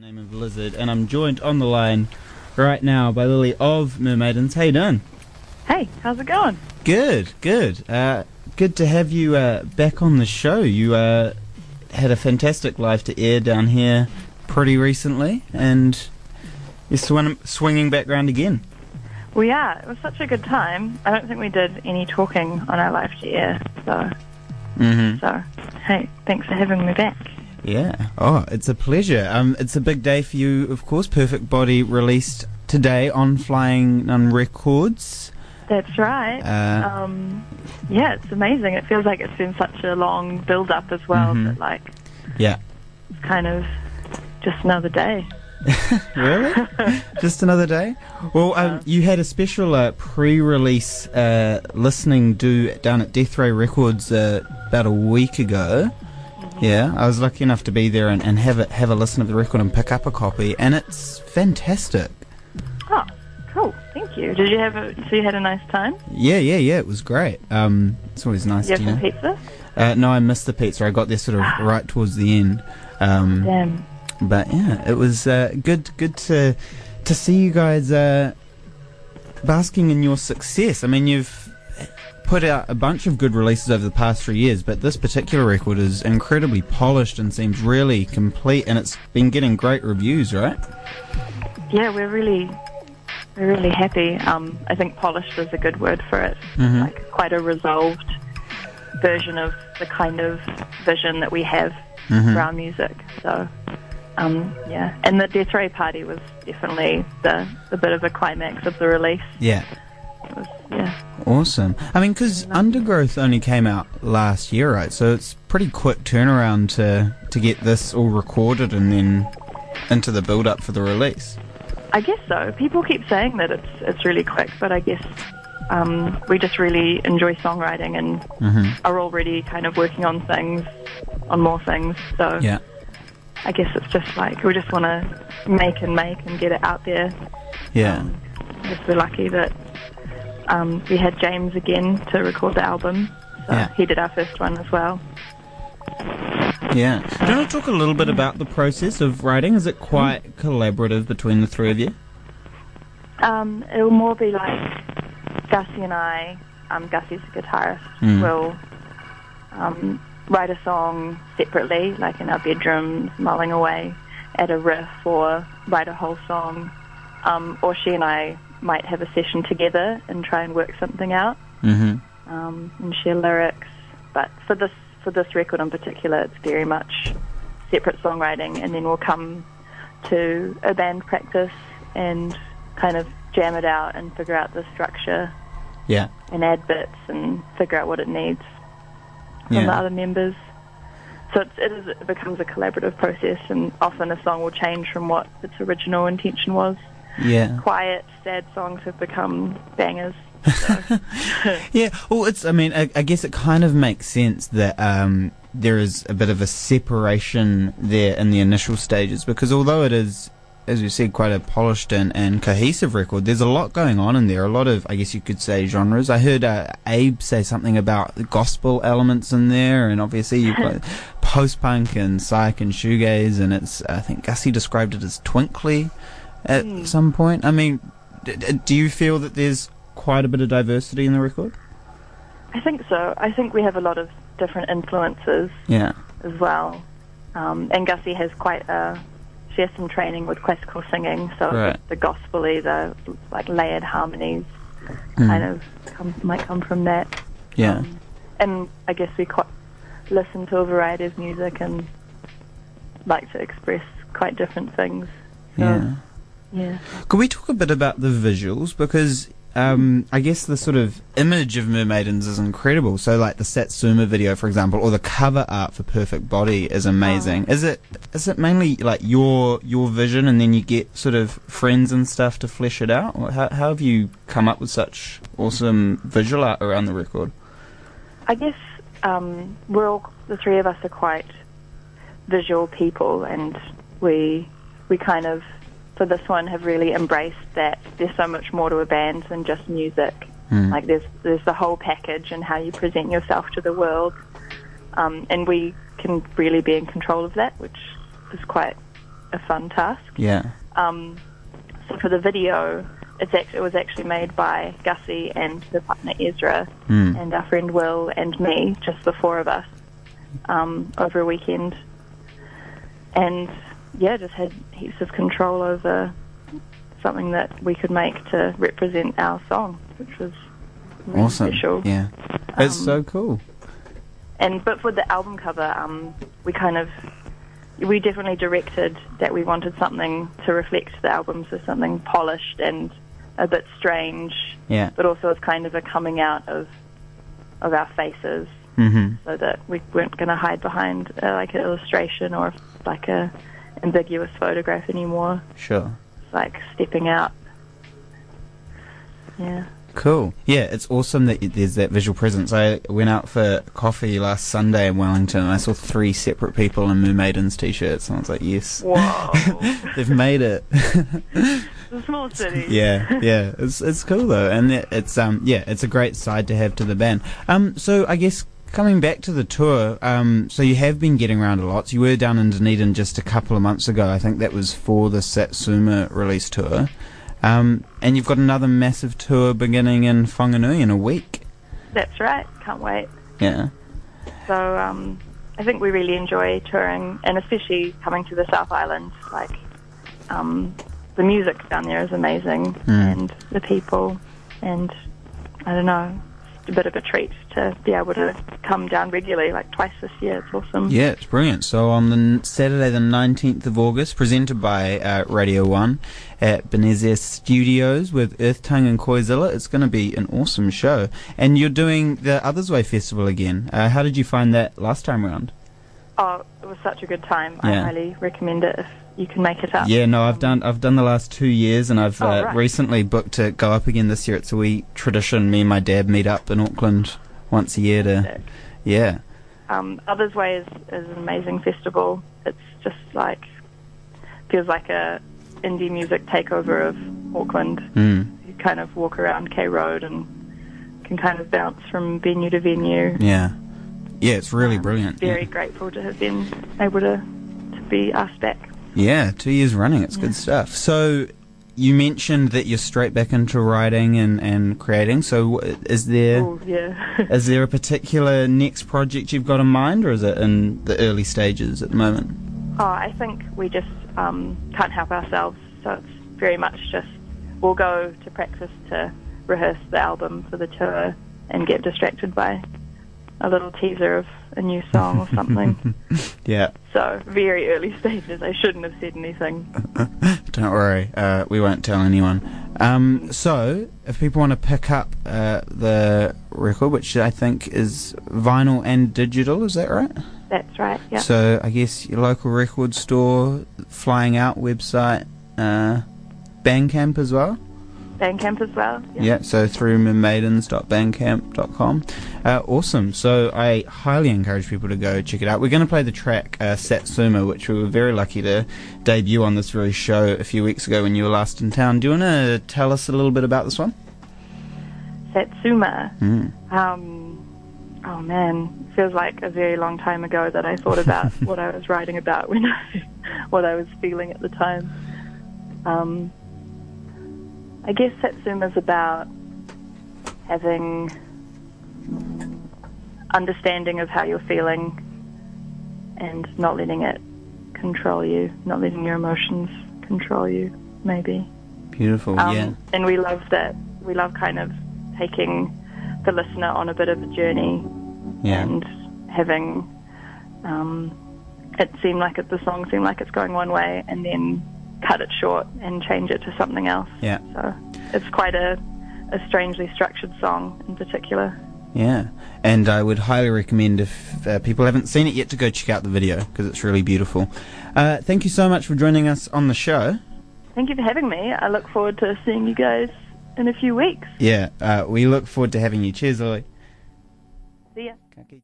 name of Lizard, and I'm joined on the line right now by Lily of Mermaidens. Hey, Dan. Hey, how's it going? Good, good. Uh, good to have you uh, back on the show. You uh, had a fantastic live to air down here pretty recently, and you're swin- swinging back round again. Well, yeah, it was such a good time. I don't think we did any talking on our live to air, so Mm-hmm. so hey, thanks for having me back. Yeah. Oh, it's a pleasure. Um, it's a big day for you, of course. Perfect Body released today on Flying Nun Records. That's right. Uh, Um, yeah, it's amazing. It feels like it's been such a long build up as well Mhm. that like Yeah. it's kind of just another day. really? Just another day? Well, um, you had a special uh, pre-release uh, listening do down at Death Ray Records uh, about a week ago. Yeah, I was lucky enough to be there and, and have a, have a listen of the record and pick up a copy, and it's fantastic. Oh, cool. Thank you. Did you have a so you had a nice time? Yeah, yeah, yeah, it was great. Um, it's always nice, Did you to, have you some know. pizza? Uh, no, I missed the pizza. I got there sort of right towards the end. Um, Damn. But yeah, it was uh, good good to to see you guys uh, basking in your success. I mean, you've put out a bunch of good releases over the past three years, but this particular record is incredibly polished and seems really complete, and it's been getting great reviews, right? Yeah, we're really we're really happy. Um, I think polished is a good word for it. Like quite a resolved version of the kind of vision that we have for our music. So um, yeah, and the Death Ray party was definitely the the bit of a climax of the release. Yeah. It was, yeah, Awesome. I mean, because Undergrowth only came out last year, right? So it's pretty quick turnaround to to get this all recorded and then into the build up for the release. I guess so. People keep saying that it's it's really quick, but I guess. Um, we just really enjoy songwriting and are already kind of working on things, on more things. So Yeah. I guess it's just like we just want to make and make and get it out there. Yeah. Just we're lucky that um, we had James again to record the album. So Yeah. he did our first one as well. Yeah. Do you want to talk a little bit about the process of writing? Is it quite collaborative between the three of you? Um, it'll more be like Gussie and I, um, Gussie's the guitarist, will um, write a song separately, like in our bedrooms, mulling away at a riff or write a whole song. Um, or she and I might have a session together and try and work something out. Mm-hmm. um, and share lyrics. But for this for this record in particular, it's very much separate songwriting, and then we'll come to a band practice and kind of jam it out and figure out the structure Yeah. and add bits and figure out what it needs from the Yeah. other members. So it's, it, is, it becomes a collaborative process, and often a song will change from what its original intention was. Yeah. Quiet, sad songs have become bangers. Yeah. Well, it's. I mean, I, I guess it kind of makes sense that um, there is a bit of a separation there in the initial stages because although it is, as you said, quite a polished and, and cohesive record, there's a lot going on in there. A lot of, I guess you could say, genres. I heard uh, Abe say something about the gospel elements in there, and obviously you've got post punk and psych and shoegaze, and it's. I think Gussie described it as twinkly at some point. I mean, d- d- do you feel that there's quite a bit of diversity in the record? I think so. I think we have a lot of different influences Yeah. as well. Um, and Gussie has quite a she has some training with classical singing, so Right. the gospel-y, the like layered harmonies, Mm. kind of come, might come from that. Yeah. Um, and I guess we quite listen to a variety of music and like to express quite different things. So, yeah. yeah. Could we talk a bit about the visuals because um, I guess the sort of image of mermaidens is incredible. So like the Satsuma video, for example, or the cover art for Perfect Body is amazing. Oh. Is it is it mainly like your your vision, and then you get sort of friends and stuff to flesh it out? Or how, how have you come up with such awesome visual art around the record? I guess um, we're all the three of us are quite visual people, and we we kind of for this one have really embraced that there's so much more to a band than just music. Mm. Like there's there's the whole package and how you present yourself to the world, um, and we can really be in control of that, which is quite a fun task. Yeah. Um, so for the video, it's act- it was actually made by Gussie and her partner Ezra Mm. and our friend Will and me, just the four of us, um, over a weekend. And yeah, just had heaps of control over something that we could make to represent our song, which was really Awesome. special. Yeah. It's Um, so cool. And but for the album cover, um, we kind of we definitely directed that we wanted something to reflect the album, so something polished and a bit strange, Yeah. but also as kind of a coming out of of our faces, Mm-hmm. so that we weren't going to hide behind uh, like an illustration or like a ambiguous photograph anymore. Sure. It's like stepping out. Yeah. Cool. Yeah, it's awesome that y- there's that visual presence. I went out for coffee last Sunday in Wellington and I saw three separate people in Mermaidens t shirts and I was like, yes, Whoa. they've made it. a small city. yeah, yeah. It's it's cool though, and it, it's um yeah, it's a great side to have to the band. Um, so I guess coming back to the tour, um, so you have been getting around a lot. So you were down in Dunedin just a couple of months ago. I think that was for the Satsuma release tour, um, and you've got another massive tour beginning in Whanganui in a week. That's right. Can't wait. Yeah, So um, I think we really enjoy touring, and especially coming to the South Island. Like um, the music down there is amazing, Hmm. and the people, and I don't know, it's a bit of a treat to be able to come down regularly, like twice this year. It's awesome. yeah, it's brilliant. So on the n- Saturday the nineteenth of August, presented by uh, Radio One at Benezia Studios with Earth Tongue and Koizilla, it's going to be an awesome show. And you're doing the Others Way Festival again. Uh, how did you find that last time round? Oh, it was such a good time. I Yeah. highly recommend it if you can make it up. Yeah, no, I've done I've done the last two years, and I've Uh, Oh, uh, right. recently booked to go up again this year. It's a wee tradition. Me and my dad meet up in Auckland once a year to, Fantastic. yeah, Um, Others Way is, is an amazing festival. It's just like feels like a indie music takeover of Auckland. mm, You kind of walk around K Road and can kind of bounce from venue to venue. yeah, yeah. It's really brilliant. yeah. Very grateful to have been able to to be asked back. Yeah, two years running. It's good stuff. So you mentioned that you're straight back into writing and, and creating. So w- is there is Oh yeah. there a particular next project you've got in mind, or is it in the early stages at the moment? Oh, I think we just um, can't help ourselves. So it's very much just we'll go to practice to rehearse the album for the tour and get distracted by a little teaser of a new song or something. Yeah, so very early stages. I shouldn't have said anything. don't worry. Uh, we won't tell anyone. Um, so if people want to pick up uh, the record, which I think is vinyl and digital, is that right? That's right. Yeah. So I guess your local record store, Flying Out website, uh, Bandcamp as well. Bandcamp as well. Yeah. so through mermaidens.bandcamp.com. Uh, awesome. So I highly encourage people to go check it out. We're going to play the track uh, Satsuma, which we were very lucky to debut on this very show a few weeks ago when you were last in town. Do you want to tell us a little bit about this one? Satsuma. Mm. Um, oh man, feels like a very long time ago that I thought about what I was writing about when I, what I was feeling at the time. Um, I guess Satsuma's about having understanding of how you're feeling and not letting it control you, not letting your emotions control you, maybe. Beautiful. Um, yeah. And we love that. We love kind of taking the listener on a bit of a journey Yeah. and having um, it seem like it, the song seem like it's going one way and then cut it short and change it to something else. Yeah. So it's quite a, a strangely structured song in particular. Yeah, and I would highly recommend if uh, people haven't seen it yet to go check out the video because it's really beautiful. Uh, thank you so much for joining us on the show. Thank you for having me. I look forward to seeing you guys in a few weeks. Yeah, uh, we look forward to having you. Cheers, Lily. See ya.